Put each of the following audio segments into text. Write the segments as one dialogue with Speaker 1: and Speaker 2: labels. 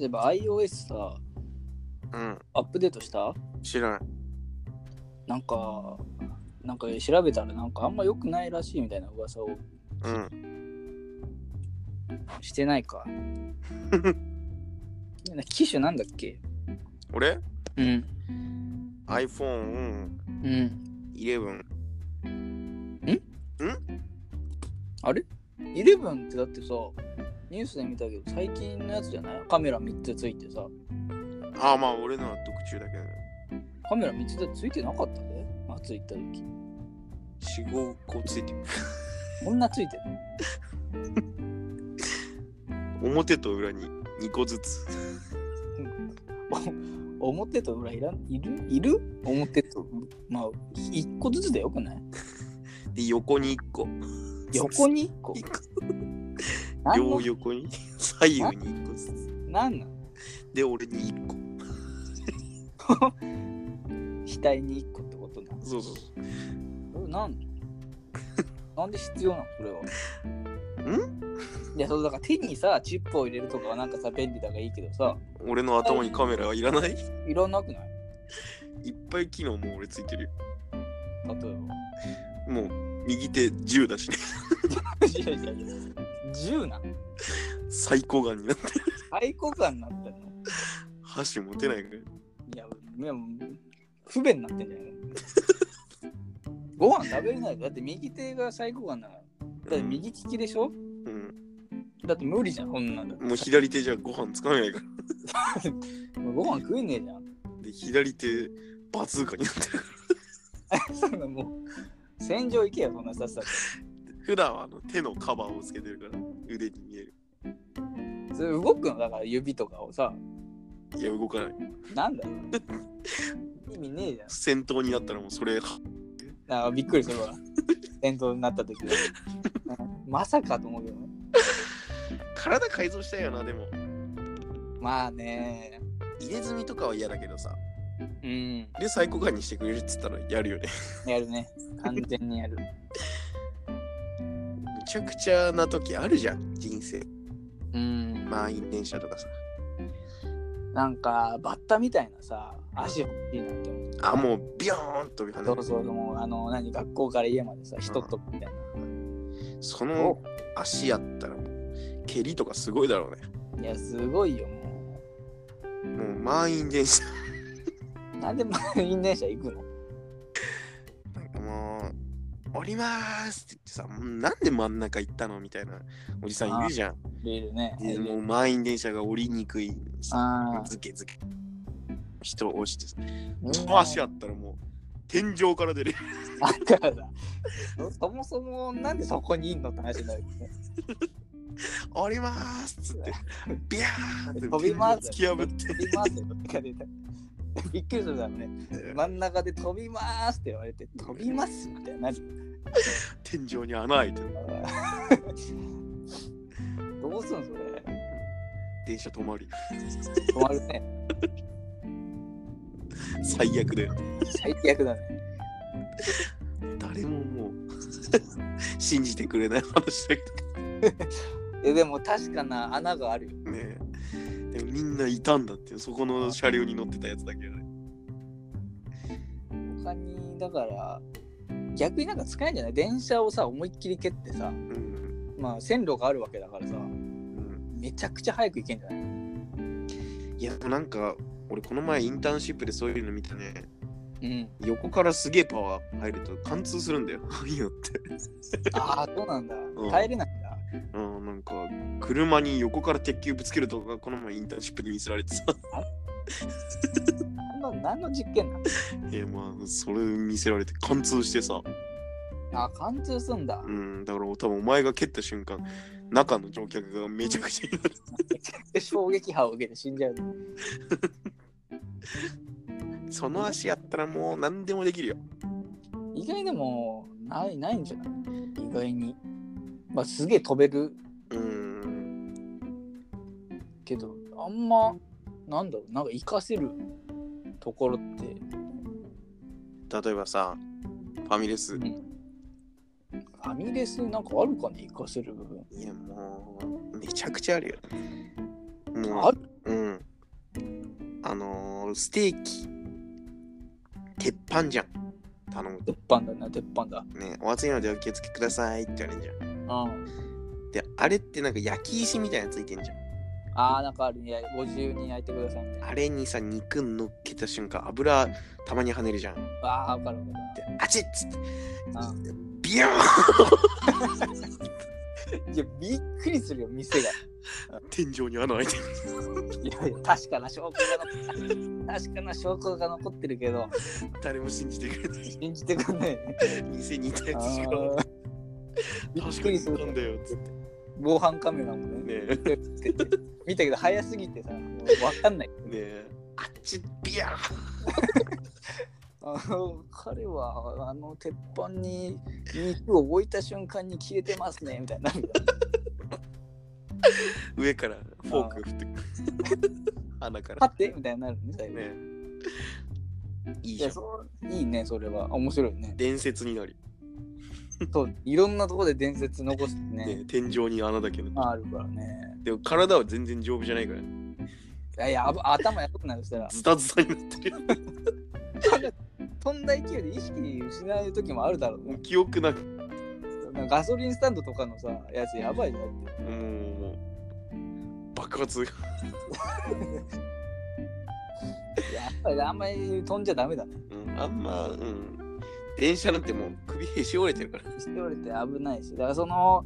Speaker 1: えば iOS さ、
Speaker 2: うん。
Speaker 1: アップデートした
Speaker 2: 知らん。
Speaker 1: なんか、なんか調べたらなんかあんま良くないらしいみたいな噂を
Speaker 2: うん。
Speaker 1: してない か。な機種なんだっけ
Speaker 2: 俺
Speaker 1: うん。
Speaker 2: ?iPhone11。
Speaker 1: うん。あれ ?11 ってだってさ、ニュースで見たけど最近のやつじゃないカメラ3つついてさ、
Speaker 2: ああ、まあ俺のは特注だけど。
Speaker 1: カメラ3つだってついてなかったで、まあ、ついた時。
Speaker 2: 四五個ついてる。
Speaker 1: こんなついてる
Speaker 2: 表と裏に2個ずつ。
Speaker 1: お表と裏いらんいるいる表と、まあ、1個ずつでよくない
Speaker 2: で、横に1個。
Speaker 1: 横に1個
Speaker 2: 一個
Speaker 1: 何
Speaker 2: 両
Speaker 1: の
Speaker 2: 横に左右に1個ずつ。
Speaker 1: 何なの
Speaker 2: で、俺に1個。
Speaker 1: 額に1個ってことなの
Speaker 2: そうそう。
Speaker 1: それなんでなんで必要なのそれは。んいや、そうだから手にさ、チップを入れるとかはなんかさ、便利だからいいけどさ、
Speaker 2: 俺の頭にカメラはいらない
Speaker 1: いらなくない
Speaker 2: いっぱい機能も俺ついてるよ。
Speaker 1: 例え
Speaker 2: もう右手10だしね。
Speaker 1: ば。いやいやいや、10な。
Speaker 2: 最高眼になって
Speaker 1: 愛好感になってんの
Speaker 2: 箸持てないから。
Speaker 1: いや、いや不便になってんじゃないのご飯食べれないよだって右手が最高感だから。だって右利きでしょ
Speaker 2: うん。
Speaker 1: だって無理じゃん、こんなんだって
Speaker 2: もう左手じゃご飯つかめないから。
Speaker 1: ご飯食えねえじゃん。
Speaker 2: で、左手バズーカになってる。
Speaker 1: そんなもう、戦場行けよ、そんなさっさと。
Speaker 2: 普段はあの手のカバーをつけてるから腕に見える。
Speaker 1: それ動くのだから指とかをさ、
Speaker 2: いや、動かない。
Speaker 1: なんだよ。意味ねえじ
Speaker 2: 戦闘になったらもうそれ、
Speaker 1: ゃん。あびっくりするわ。戦闘になった時は。 うんまさかと思うけどね。
Speaker 2: 体改造したいよな、でも。
Speaker 1: まあね。
Speaker 2: 入れ墨とかは嫌だけどさ。
Speaker 1: うん。
Speaker 2: で、最高眼にしてくれるっつったらやるよね。
Speaker 1: やるね。完全にやる。
Speaker 2: むちゃくちゃな時あるじゃん、人生。
Speaker 1: うん。
Speaker 2: 満員電車とかさ。
Speaker 1: なんか、バッタみたいなさ、足欲しいなって思う。
Speaker 2: あ、もうビヨーンと飛び
Speaker 1: そ
Speaker 2: 跳
Speaker 1: う
Speaker 2: ね
Speaker 1: そう、もう、あの、何、学校から家までさ、人とみたい
Speaker 2: る。その足やったらもう、蹴りとかすごいだろうね。
Speaker 1: な。いや、すごいよ、も
Speaker 2: もう満員電車。
Speaker 1: う。なんで満員電車行くの
Speaker 2: なんかもう、降りまーすって言ってさ、なんで真ん中行ったのみたいなおじさんいるじゃん。
Speaker 1: ビールね。
Speaker 2: でもう満員電車が降りにくいさ、
Speaker 1: ああ。
Speaker 2: ずけずけ。人を押してさ、
Speaker 1: みん
Speaker 2: そ
Speaker 1: な
Speaker 2: の足あったらもう、天井から出る。
Speaker 1: だからさ、そもそもなんでそこにいんのって話になるけどね。
Speaker 2: 降りまーすっつって、ビャーって
Speaker 1: 飛びます
Speaker 2: 天井突き破って
Speaker 1: 飛びますよとか出たびっくりするだろうね。真ん中で飛びますって言われて、飛びますみたいになる。
Speaker 2: 天井に穴開いてる。
Speaker 1: どうすんそれ。
Speaker 2: 電車止まり。
Speaker 1: 止まるね。
Speaker 2: 最悪だよ。
Speaker 1: 最悪だね。
Speaker 2: 誰ももう 信じてくれない話だけ
Speaker 1: えでも確かな穴があるよ。
Speaker 2: どね。でもみんないたんだって、そこの車両に乗ってたやつだけどね。
Speaker 1: 他に、だから、逆になんか使えんじゃない電車をさ、思いっきり蹴ってさ、
Speaker 2: うん
Speaker 1: まあ線路があるわけだからさ、
Speaker 2: うん
Speaker 1: めちゃくちゃ早く行けんじゃない
Speaker 2: いや、でもなんか、俺この前インターンシップでそういうの見たね。
Speaker 1: うん。
Speaker 2: 横からすげえパワー入ると貫通するんだよ。 いいよって。
Speaker 1: ああ、そうなんだ
Speaker 2: ん。
Speaker 1: 耐えれないんだ。
Speaker 2: うん、なんか、車に横から鉄球ぶつけるとか、この前インターンシップで見せられてさ。
Speaker 1: 何の何の実験なの
Speaker 2: え、まあ、それ見せられて貫通してさ。
Speaker 1: あ、貫通すんだ。
Speaker 2: うん、だから多分お前が蹴った瞬間、中の乗客がめちゃくちゃになる。
Speaker 1: 衝撃波を受けて死んじゃう。
Speaker 2: その足やったらもう何でもできるよ。
Speaker 1: 意外でも、ない、ないんじゃない意外に。まあ、すげえ飛べる
Speaker 2: うん。
Speaker 1: けど、あんま、なんだろう、なんか活かせるところって、
Speaker 2: 例えばさ、ファミレス
Speaker 1: う。んファミレスなんかあるかね、活かせる部分。
Speaker 2: いや、もう、めちゃくちゃあるよ。もう
Speaker 1: ある
Speaker 2: うん。のステーキ、鉄板じゃん。頼む
Speaker 1: 鉄板だな、鉄板だ。
Speaker 2: とね。お熱いのでお気をつけくださいって言われるじゃん。
Speaker 1: うん。
Speaker 2: で、あれってなんか焼き石みたいなのついてんじゃん。
Speaker 1: ああ、なんかあるね。ご自由に焼いてくださいみたいな。
Speaker 2: あれにさ、肉乗っけた瞬間、油たまに跳ねるじゃん。
Speaker 1: ああ、わかるわか
Speaker 2: で、あちっつって、
Speaker 1: る
Speaker 2: ビヨーン
Speaker 1: うん。いや、びっくりするよ、店が。
Speaker 2: 天井に穴開いてる。
Speaker 1: いやいや、確かな証拠が残確かな証拠が残ってるけど、
Speaker 2: 誰も信じてくれない。
Speaker 1: 信じてくんね
Speaker 2: 店にいた
Speaker 1: え。
Speaker 2: やつしか。
Speaker 1: あーびっ
Speaker 2: 確
Speaker 1: く
Speaker 2: かに
Speaker 1: りす
Speaker 2: 行ったん
Speaker 1: る。
Speaker 2: だよ。つって。ね
Speaker 1: 防犯カメラもね、
Speaker 2: え。ね
Speaker 1: 見たけど早すぎてさ、もうわかんない。
Speaker 2: え。あっち、ビヨーン
Speaker 1: あの彼はあの鉄板に肉を置いた瞬間に消えてますねみたいな。
Speaker 2: 上からフォーク振ってくる 鼻から
Speaker 1: 待 ってみたいになるね、最後。
Speaker 2: ねいい
Speaker 1: い
Speaker 2: じゃ
Speaker 1: や
Speaker 2: ん
Speaker 1: そういいね、それは。面白いね。
Speaker 2: 伝説になり、
Speaker 1: そういろんなとこで伝説残してね、
Speaker 2: ね、天井に穴だけど
Speaker 1: あるからね。
Speaker 2: でも体は全然丈夫じゃないから
Speaker 1: いやいや、あぶ頭やばくなるしたら、
Speaker 2: ズタズタになっ てる
Speaker 1: 飛んだ勢いで意識失う時もあるだろう
Speaker 2: も
Speaker 1: ね
Speaker 2: う。記憶なく
Speaker 1: なんかガソリンスタンドとかのさ、やつやばいなって。
Speaker 2: もうもう爆発
Speaker 1: やっぱりあんまり飛んじゃダメだね。
Speaker 2: うんあんまうん電車なんてもう首へし折れてるから
Speaker 1: しておれて危ないし、だからその、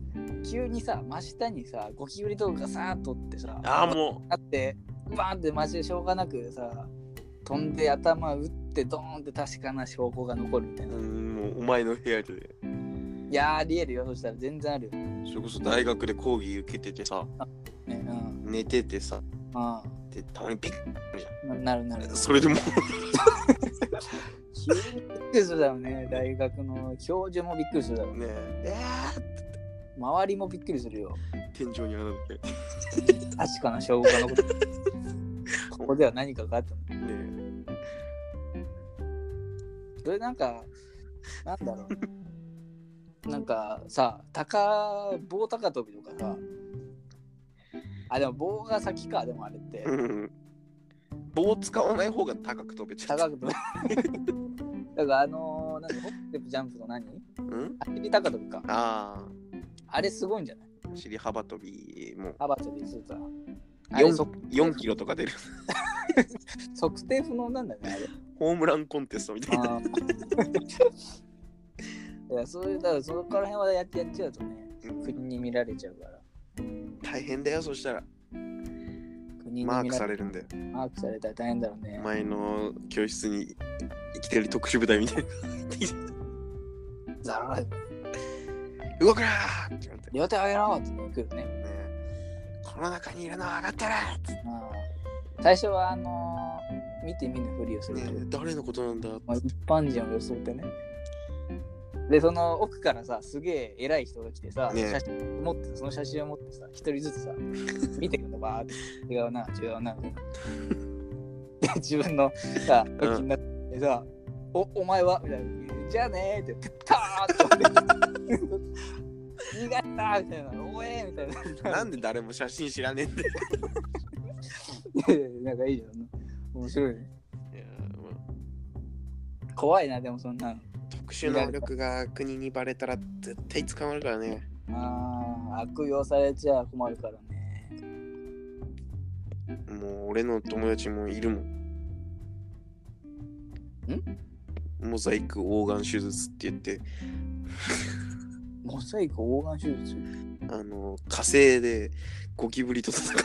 Speaker 1: 急にさ、真下にさ、ゴキブリとかがさーっとってさ、
Speaker 2: ああも,、
Speaker 1: あって、バーンってマジでしょうがなくさ、飛んで頭打ってドーンって確かな証拠が残るみたいうな。
Speaker 2: う
Speaker 1: い
Speaker 2: ん、もうお前の部屋で
Speaker 1: やー、ありえるよ、そしたら全然あるよ。ね、
Speaker 2: それこそ大学で講義受けててさ
Speaker 1: うん。
Speaker 2: 寝ててさ
Speaker 1: あ
Speaker 2: でたまにピッ
Speaker 1: あ、ななる なる。
Speaker 2: それでもう
Speaker 1: 急にびっくりするだろうね。大学の教授もびっくりするだろうね。
Speaker 2: ねえ
Speaker 1: 周りもびっくりするよ。
Speaker 2: 天井に穴だけ
Speaker 1: 確かな証拠が残ってるここでは何かがあったの
Speaker 2: ねえ
Speaker 1: それなんかなんだろうなんかさ高棒高跳びとかさあでも棒が先かでもあれって
Speaker 2: うん棒使わない方が高く飛べちゃう。
Speaker 1: 高く跳ぶ だからあのー、なんだホップステップジャンプの何
Speaker 2: うん
Speaker 1: 走り高跳びか
Speaker 2: あ
Speaker 1: あれすごいんじゃない
Speaker 2: あ、尻幅跳びもう
Speaker 1: アバチョビスーツはあれそ
Speaker 2: 4, 4キロとか出る。
Speaker 1: 測定不能なんだよねあれ
Speaker 2: ホームランコンテストみたいな。
Speaker 1: あー いやそういうだからそこら辺はやってやっちゃうとね
Speaker 2: うん
Speaker 1: 国に見られちゃうから
Speaker 2: 大変だよ、そしたら。
Speaker 1: 国に見
Speaker 2: マ
Speaker 1: ら
Speaker 2: ー
Speaker 1: れ
Speaker 2: クされるんだよ。
Speaker 1: マークされたら大変だろうね、
Speaker 2: 前の教室に生きて る特殊部隊みたいな。
Speaker 1: だろう
Speaker 2: 動くなーって言われて。ね
Speaker 1: 両手上げろって行くよね、
Speaker 2: この中にいるのは上がってる
Speaker 1: うん、最初はあのー見て見ぬふりをする
Speaker 2: ね
Speaker 1: けど、
Speaker 2: え誰のこと なんだ
Speaker 1: まあ、一般人を装ってねでその奥からさすげえ偉い人が来てさ、
Speaker 2: ね
Speaker 1: 写真持ってその写真を持ってさ一人ずつ さ見てくのバーって違うな違うなみたいなで自分のさ
Speaker 2: うん
Speaker 1: 時になってさ、おお前はみたいなじゃあねーって言ってターンって飛ん で逃がしたみたいなおえーみたいな
Speaker 2: なんで誰も写真知らねえんだよ。
Speaker 1: いやいやなんかいいじゃん。面白いね。
Speaker 2: いやーまあ
Speaker 1: 怖いな、でもそんなの。
Speaker 2: 特殊能力が国にバレたら絶対捕まるからね。
Speaker 1: ああ、悪用されちゃ困るからね。
Speaker 2: もう俺の友達もいるもん。んモザイク黄眼手術って言って、
Speaker 1: モザイク黄眼手術。
Speaker 2: あの、火星でゴキブリと戦う。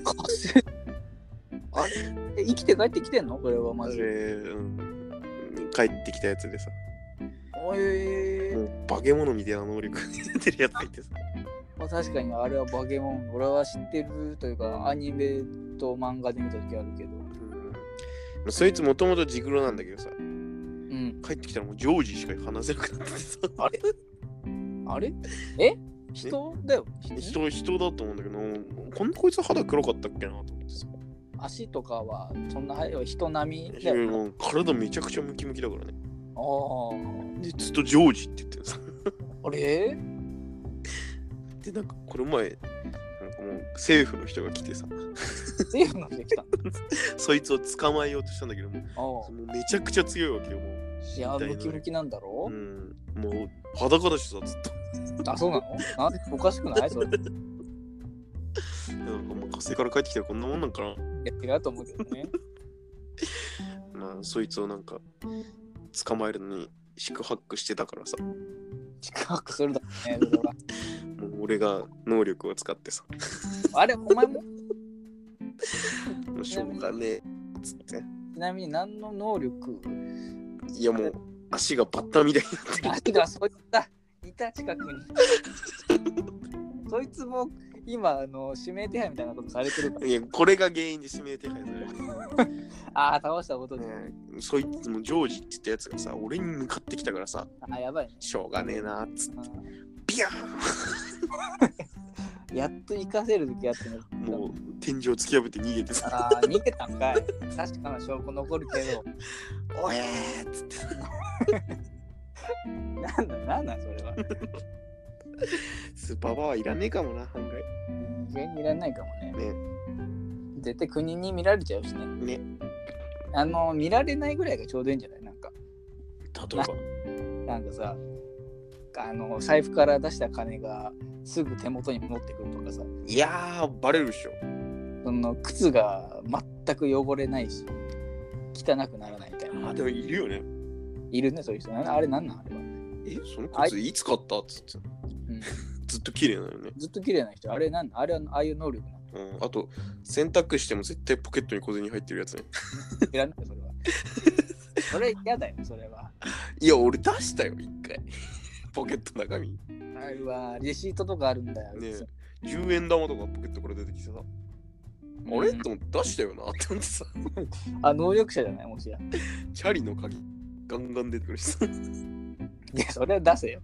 Speaker 1: 火星あれえ生きて帰ってきてんのこれは
Speaker 2: あ
Speaker 1: マ
Speaker 2: れ、
Speaker 1: ジで。
Speaker 2: うん、帰ってきたやつでさ、
Speaker 1: おえ
Speaker 2: も
Speaker 1: ー
Speaker 2: う化け物みたいな能力が出てるやつがいてさ。
Speaker 1: まあ、確かにあれはバケモン。俺は知ってるというか、アニメと漫画で見た時あるけど。
Speaker 2: うん、そいつもともとジグロなんだけどさ、
Speaker 1: うん。
Speaker 2: 帰ってきたらもう常時しか話せなくなっててさ、あれ
Speaker 1: あれえ人だよ。人
Speaker 2: 人、人だと思うんだけど、こんなこいつ肌黒かったっけなと思ってさ、
Speaker 1: 足とかはそんな速い人並みだよな。
Speaker 2: もう体めちゃくちゃムキムキだからね。
Speaker 1: ああ。
Speaker 2: で、ずっとジョージって言ってるさ。
Speaker 1: あれ
Speaker 2: で、なんかこの前、なんかかもう政府の人が来てさ、
Speaker 1: 政府の人来た。
Speaker 2: そいつを捕まえようとしたんだけども、
Speaker 1: お
Speaker 2: も
Speaker 1: う
Speaker 2: うめちゃくちゃ強いわけよ、もう。
Speaker 1: いや、
Speaker 2: 身体
Speaker 1: ム
Speaker 2: 能
Speaker 1: キム
Speaker 2: 力
Speaker 1: キなんだろ
Speaker 2: うん、もう裸だしさ、ずっと。
Speaker 1: あ、そうなのなんおかしくないそれ。い
Speaker 2: なんかもう火星から帰ってきたらこんなもんなんかな。
Speaker 1: や、違うと思うけどね。
Speaker 2: まあ、そいつをなんか捕まえるのに四苦八苦してたからさ、
Speaker 1: 近くするだろうね、それは。
Speaker 2: もう俺が能力を使ってさ、
Speaker 1: あれ、お前も
Speaker 2: もうしょうがねえっつって。
Speaker 1: ちなみに何の能力
Speaker 2: いやもう足がバッタみたいになってる
Speaker 1: あ、てか、そいつだ。いた近くに。 そいつも今、あの、指名手配みたいなことされてるから。
Speaker 2: いや、これが原因で指名手配される。
Speaker 1: ああ、倒したことで。
Speaker 2: ねそいつもジョージって言ったやつがさ、俺に向かってきたからさ、
Speaker 1: あ、やばいね。
Speaker 2: しょうがねえなっつって、
Speaker 1: あ
Speaker 2: ビヤー
Speaker 1: ーやっと生かせる時やってね。
Speaker 2: ンもう天井突き破って逃げてさ、
Speaker 1: ああ、逃げたんかい。確かな証拠残るけど。
Speaker 2: おえーっつって、
Speaker 1: なんだ、なんだ、それは。
Speaker 2: スーパーバーはいらねえかもな、案外。
Speaker 1: 人間にいらないかもね。
Speaker 2: ね
Speaker 1: 絶対国に見られちゃうしね。
Speaker 2: ね、
Speaker 1: あの、見られないぐらいがちょうどいいんじゃないなんか、
Speaker 2: 例えば。
Speaker 1: なんかさ、あの、財布から出した金がすぐ手元に戻ってくるとかさ、
Speaker 2: いやー、バレるでしょ。
Speaker 1: その靴が全く汚れないし、汚くならないみたい
Speaker 2: あ
Speaker 1: な。
Speaker 2: でもいるよね。
Speaker 1: いるね、そういう人。あれなんなんあれは。
Speaker 2: え、その靴いつ買ったっつって。
Speaker 1: うん
Speaker 2: ずっと綺麗なのよね。
Speaker 1: ずっと綺麗な人。あれなんあれは、ああいう能力なの
Speaker 2: うん、あと、洗濯しても絶対ポケットに小銭入ってるやつね。
Speaker 1: いらないそれは。それ嫌だよ、それは。
Speaker 2: いや、俺出したよ、一回。 ポケットの中身。
Speaker 1: あれは、レシートとかあるんだよ。
Speaker 2: ね10円玉とかポケットから出てきてさ、あれと思って出したよなって思ってさ、
Speaker 1: あ、能力者じゃない、もしや。
Speaker 2: チャリの鍵ガンガン出てくるしさ、
Speaker 1: いや、それは出 せよ。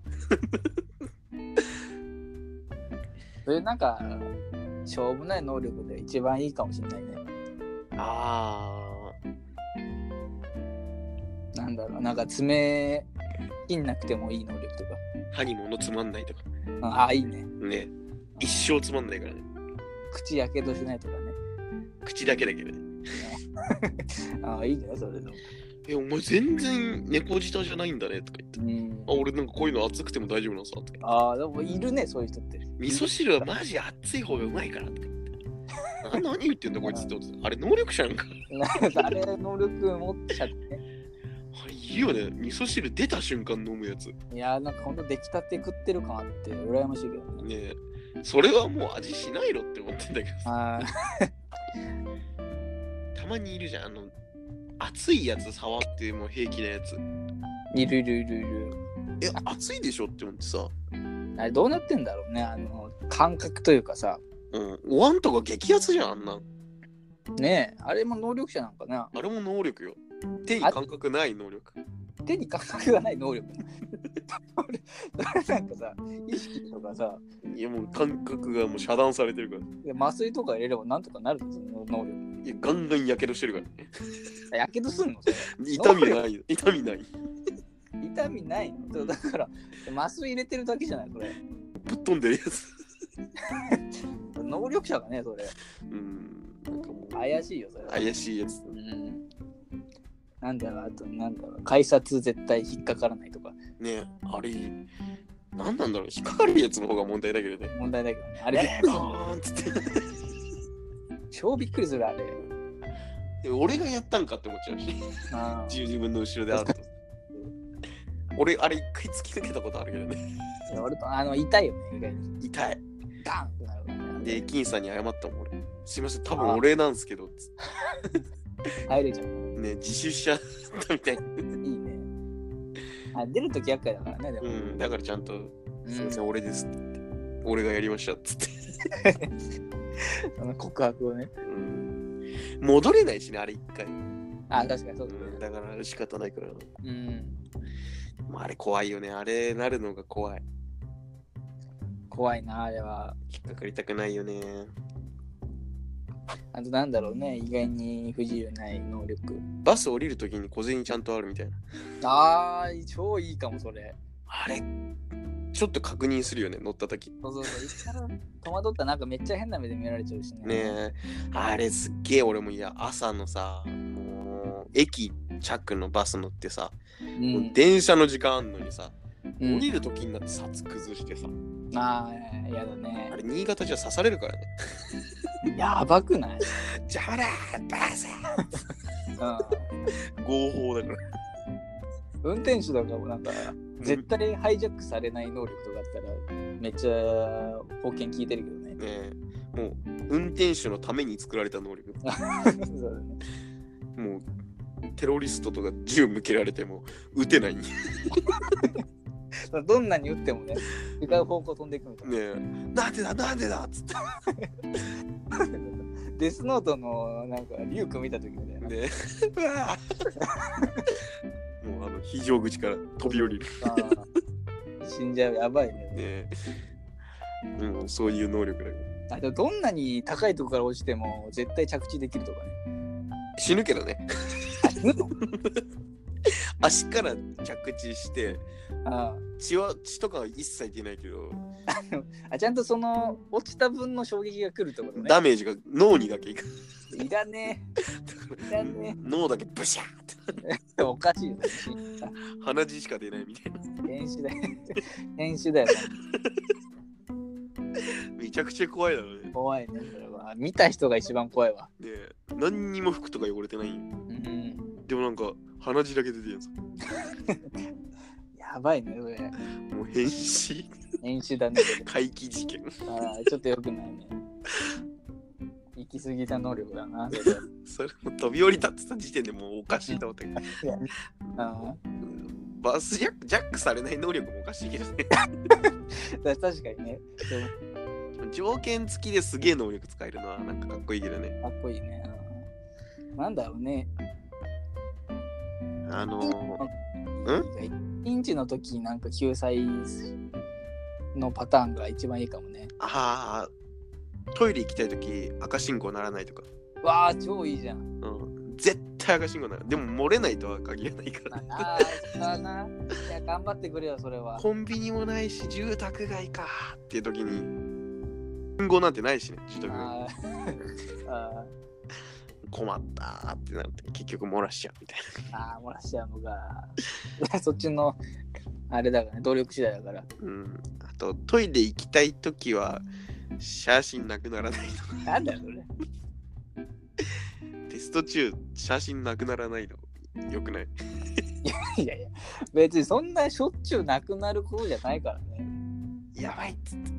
Speaker 1: それなんか、しょうもない能力で一番いいかもしれないね。
Speaker 2: あ
Speaker 1: なんだろう、なんか爪切んなくてもいい能力とか。
Speaker 2: 歯に物つまんないとか、
Speaker 1: ああ、いいね。
Speaker 2: ね、一生つまんないからね、
Speaker 1: 口やけどしないとかね。
Speaker 2: 口だけだけどね。
Speaker 1: ああ、いいね、それでも。
Speaker 2: え、お前全然猫舌じゃないんだねとか言って
Speaker 1: う。ん
Speaker 2: あ、。俺なんかこういうの熱くても大丈夫なんさとか。
Speaker 1: ああ、でもいるね、そういう人って。
Speaker 2: 味噌汁はマジ熱い方がうまいからとか言って。あ何言ってんだこいつって思ってたあれ能力者なんか。
Speaker 1: なんかあれ、能力持っちゃってね。
Speaker 2: あれいいよね。味噌汁出た瞬間飲むやつ。
Speaker 1: いやーなんかほんと出来たて食ってる感あって羨ましいけどね。
Speaker 2: ねえそれはもう味しないろって思ってんだけどさ
Speaker 1: あ
Speaker 2: たまにいるじゃんあの熱いやつ触っても平気なやつ
Speaker 1: ーいるいるいるいる。
Speaker 2: え熱いでしょって思ってさ、
Speaker 1: あれどうなってんだろうねあの感覚というかさ。
Speaker 2: うん、お椀とか激熱じゃんあんなん
Speaker 1: ねえあれも能力者なんかな
Speaker 2: あれも能力よ手に感覚ない能力
Speaker 1: 手に感覚がない能力。 それそれなんかさ意識とかさ
Speaker 2: いやもう感覚がもう遮断されてるから
Speaker 1: いや麻酔とか入れればなんとかなるその能力。
Speaker 2: いやガンガンやけどしてるからね
Speaker 1: やけどすんのそれ
Speaker 2: 痛みないよ痛みない
Speaker 1: 痛みないのだから麻酔入れてるだけじゃないこれ。
Speaker 2: ぶっ飛んでるやつ
Speaker 1: 能力者がねそれ
Speaker 2: うんなんかもう
Speaker 1: 怪しいよそれは。
Speaker 2: 怪しいやつ
Speaker 1: うんなんだろう、あと、なんだろう、改札絶対引っかからないとか、
Speaker 2: ねあれ何なんだろう引っかかるやつの方が問題だけどね
Speaker 1: 問題だけどね。あ
Speaker 2: あ
Speaker 1: れびっくりする、
Speaker 2: ーンっつって
Speaker 1: 超びっくりする、あれ。
Speaker 2: で俺がやったんかって思っちゃうし、
Speaker 1: あー
Speaker 2: 自自分の後ろであると。俺、あれ一回突き抜けたことあるけどね。
Speaker 1: いや俺と、あの、痛いよね、意外に。
Speaker 2: 痛い。
Speaker 1: ガンってなるからね。
Speaker 2: で、
Speaker 1: で、
Speaker 2: 駅員さんに謝ったもん、俺。すいません、多分俺なんですけど、つって
Speaker 1: 入れちゃう。
Speaker 2: ね、自首しちゃったみたい。
Speaker 1: いいね。あ出るとき厄介だからね、でも。
Speaker 2: う
Speaker 1: うん
Speaker 2: ん、だからちゃんと、すいません、俺ですって言って。俺がやりました、つって。
Speaker 1: あの告白をね。
Speaker 2: うん、戻れないしね、あれ一回。
Speaker 1: あ、確かにそうだ
Speaker 2: うん、
Speaker 1: ね。
Speaker 2: だから仕方ないから。
Speaker 1: うん。
Speaker 2: まあ、あれ怖いよね。あれなるのが怖い。
Speaker 1: 怖いな、あれは。
Speaker 2: 引っかかりたくないよね。
Speaker 1: あと、なんだろうね、意外に不自由ない能力。
Speaker 2: バス降りるときに小銭ちゃんとあるみたいな。
Speaker 1: あー、超いいかも、それ。
Speaker 2: あれちょっと確認するよね、乗った時。
Speaker 1: そうそうそう。一回戸惑ったらなんかめっちゃ変な目で見られちゃうしね。
Speaker 2: ねえ、あれすっげえ俺もいや、朝のさ、もう、駅着のバス乗ってさ、
Speaker 1: うん
Speaker 2: もう電車の時間あんのにさ、
Speaker 1: う
Speaker 2: 降
Speaker 1: ん
Speaker 2: りる時になって札崩してさ、
Speaker 1: ああ、やだね
Speaker 2: あ。れ新潟じゃ刺されるからね。
Speaker 1: やばくない、
Speaker 2: じゃらーバーサ
Speaker 1: う
Speaker 2: ー合法だから。
Speaker 1: ん、運転手だからなんか絶対ハイジャックされない能力とかあったらめっちゃ保険聞いてるけどね。
Speaker 2: ねえ、もう、運転手のために作られた能力。
Speaker 1: そうだね
Speaker 2: もう、テロリストとか銃向けられても撃てないんね
Speaker 1: どんなに打ってもね違う方向飛んでいくみたいな。
Speaker 2: え、なんでだ、なんでだっつって。
Speaker 1: デスノートのなんかリュウ君見た時みたいな。
Speaker 2: ね え、うわーもうあの、非常口から飛び降りる。
Speaker 1: あー死んじゃうやばいね。
Speaker 2: ねえ、うん、そういう能力だよ
Speaker 1: あでもどんなに高いとこから落ちても絶対着地できるとかね。
Speaker 2: 死ぬけど ね
Speaker 1: あ死ぬの
Speaker 2: 足から着地して
Speaker 1: あ
Speaker 2: 血は血とかは一切出ないけど、
Speaker 1: ーあちゃんとその落ちた分の衝撃が来るってことね。
Speaker 2: ダメージが脳にだけいく
Speaker 1: いらねえ。いらね
Speaker 2: 脳だけブシャーって
Speaker 1: え。おかしいよね。
Speaker 2: 鼻血しか出ないみたいな
Speaker 1: 編集だよ。 編集だよ。
Speaker 2: めちゃくちゃ怖いだろうね
Speaker 1: 怖いね。それは見た人が一番怖いわ。
Speaker 2: で何にも服とか汚れてないよ
Speaker 1: うん。
Speaker 2: でもなんか鼻血だけ出てるやつ
Speaker 1: やばいね、それ。
Speaker 2: もう変死
Speaker 1: 編集だね。そ
Speaker 2: 怪奇事件
Speaker 1: れあーちょっとよくないね。行き過ぎた能力だな。それ
Speaker 2: それも飛び降りたってた時点でもうおかしいと思って
Speaker 1: あ
Speaker 2: バスジャックジャックされない能力もおかしいけどね
Speaker 1: ーだ確かにね。
Speaker 2: 条件付きですげえ能力使えるのはなんかかっこいいけどね
Speaker 1: かっこいいね。うんなんだろうね。
Speaker 2: あのー、
Speaker 1: ピンチの時なんか救済のパターンが一番いいかもね。
Speaker 2: あートイレ行きたいとき赤信号ならないとか、
Speaker 1: わあ、超いいじゃん。
Speaker 2: うん、絶対赤信号ならでも漏れないとは限らないから
Speaker 1: ああ、だな。いや、頑張ってくれよ、それは。
Speaker 2: コンビニもないし住宅街かっていうときに信号なんてないしね住宅街
Speaker 1: あーあ
Speaker 2: 困ったーってなって結局漏らしちゃうみたい
Speaker 1: ーあー、漏らしちゃうのが。 そっちの、あれだからね、努力次第だから。
Speaker 2: な、うん、あとトイレ行きたいときは写真なくならないとか
Speaker 1: なんだよ、それ。
Speaker 2: テスト中写真なくならないのよくない
Speaker 1: いやいや、別にそんなしょっちゅうなくなることじゃないからね。
Speaker 2: やばいっつって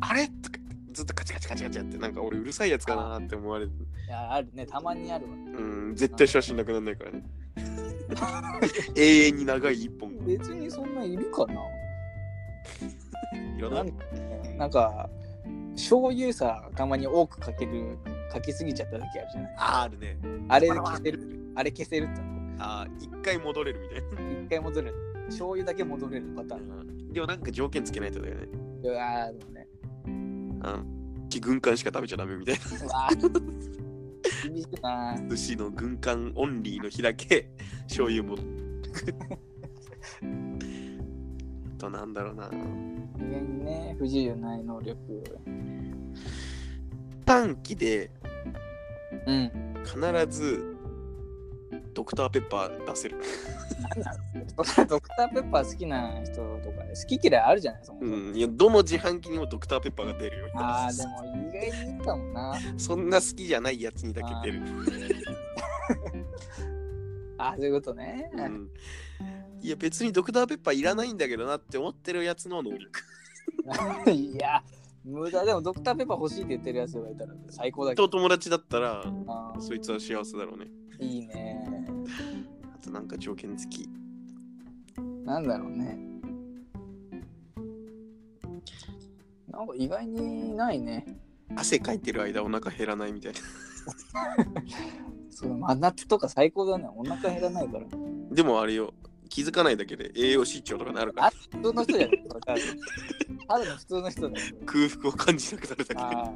Speaker 2: あれとかずっとカチカチカチカチやってなんか俺うるさいやつかなーって思われて
Speaker 1: いや、あるね、たまにあるわ。
Speaker 2: うん絶対写真なくならないから ね永遠に長い一本が
Speaker 1: 別にそんないるかな。
Speaker 2: いろん
Speaker 1: な
Speaker 2: なん
Speaker 1: かねなんか醤油さたまに多くかけるかけすぎちゃった時あるじゃない
Speaker 2: あるね
Speaker 1: あれ消せるあれ消せるっての
Speaker 2: あー一回戻れるみたい
Speaker 1: 一回戻れる醤油だけ戻れるパターン
Speaker 2: なでもなんか条件つけないとだよね
Speaker 1: うわーでもね
Speaker 2: あの軍艦しか食べちゃダメみたいな
Speaker 1: うわー厳しいな
Speaker 2: 寿司の軍艦オンリーの日だけ醤油も あとなんだろうな
Speaker 1: 意外にね不自由ない能力
Speaker 2: 短期で
Speaker 1: うん
Speaker 2: 必ずドクターペッパー出せる
Speaker 1: ドクタードクターペッパー好きな人とかね好き嫌いあるじゃないそもそも、
Speaker 2: うん、いやどの自販機にもドクターペッパーが出るよ
Speaker 1: あーでも意外にいいかもな
Speaker 2: そんな好きじゃないやつにだけ出る、
Speaker 1: あーそういうことね、
Speaker 2: うん、いや別にドクターペッパーいらないんだけどなって思ってるやつの能力
Speaker 1: いや無駄でもドクターペッパー欲しいって言ってるやつがいたら最高だけど
Speaker 2: と友達だったら
Speaker 1: あ
Speaker 2: そいつは幸せだろうね
Speaker 1: ーいいね。
Speaker 2: あとなんか条件付き
Speaker 1: なんだろうね。なんか意外にないね。
Speaker 2: 汗かいてる間お腹減らないみたいな
Speaker 1: その真夏とか最高だね。お腹減らないから。
Speaker 2: でもあれよ気づかないだけで栄養失調とかなるから
Speaker 1: あ普通の人じゃない。ただの普通の人だよ。
Speaker 2: 空腹を感じなくなるだけ
Speaker 1: あ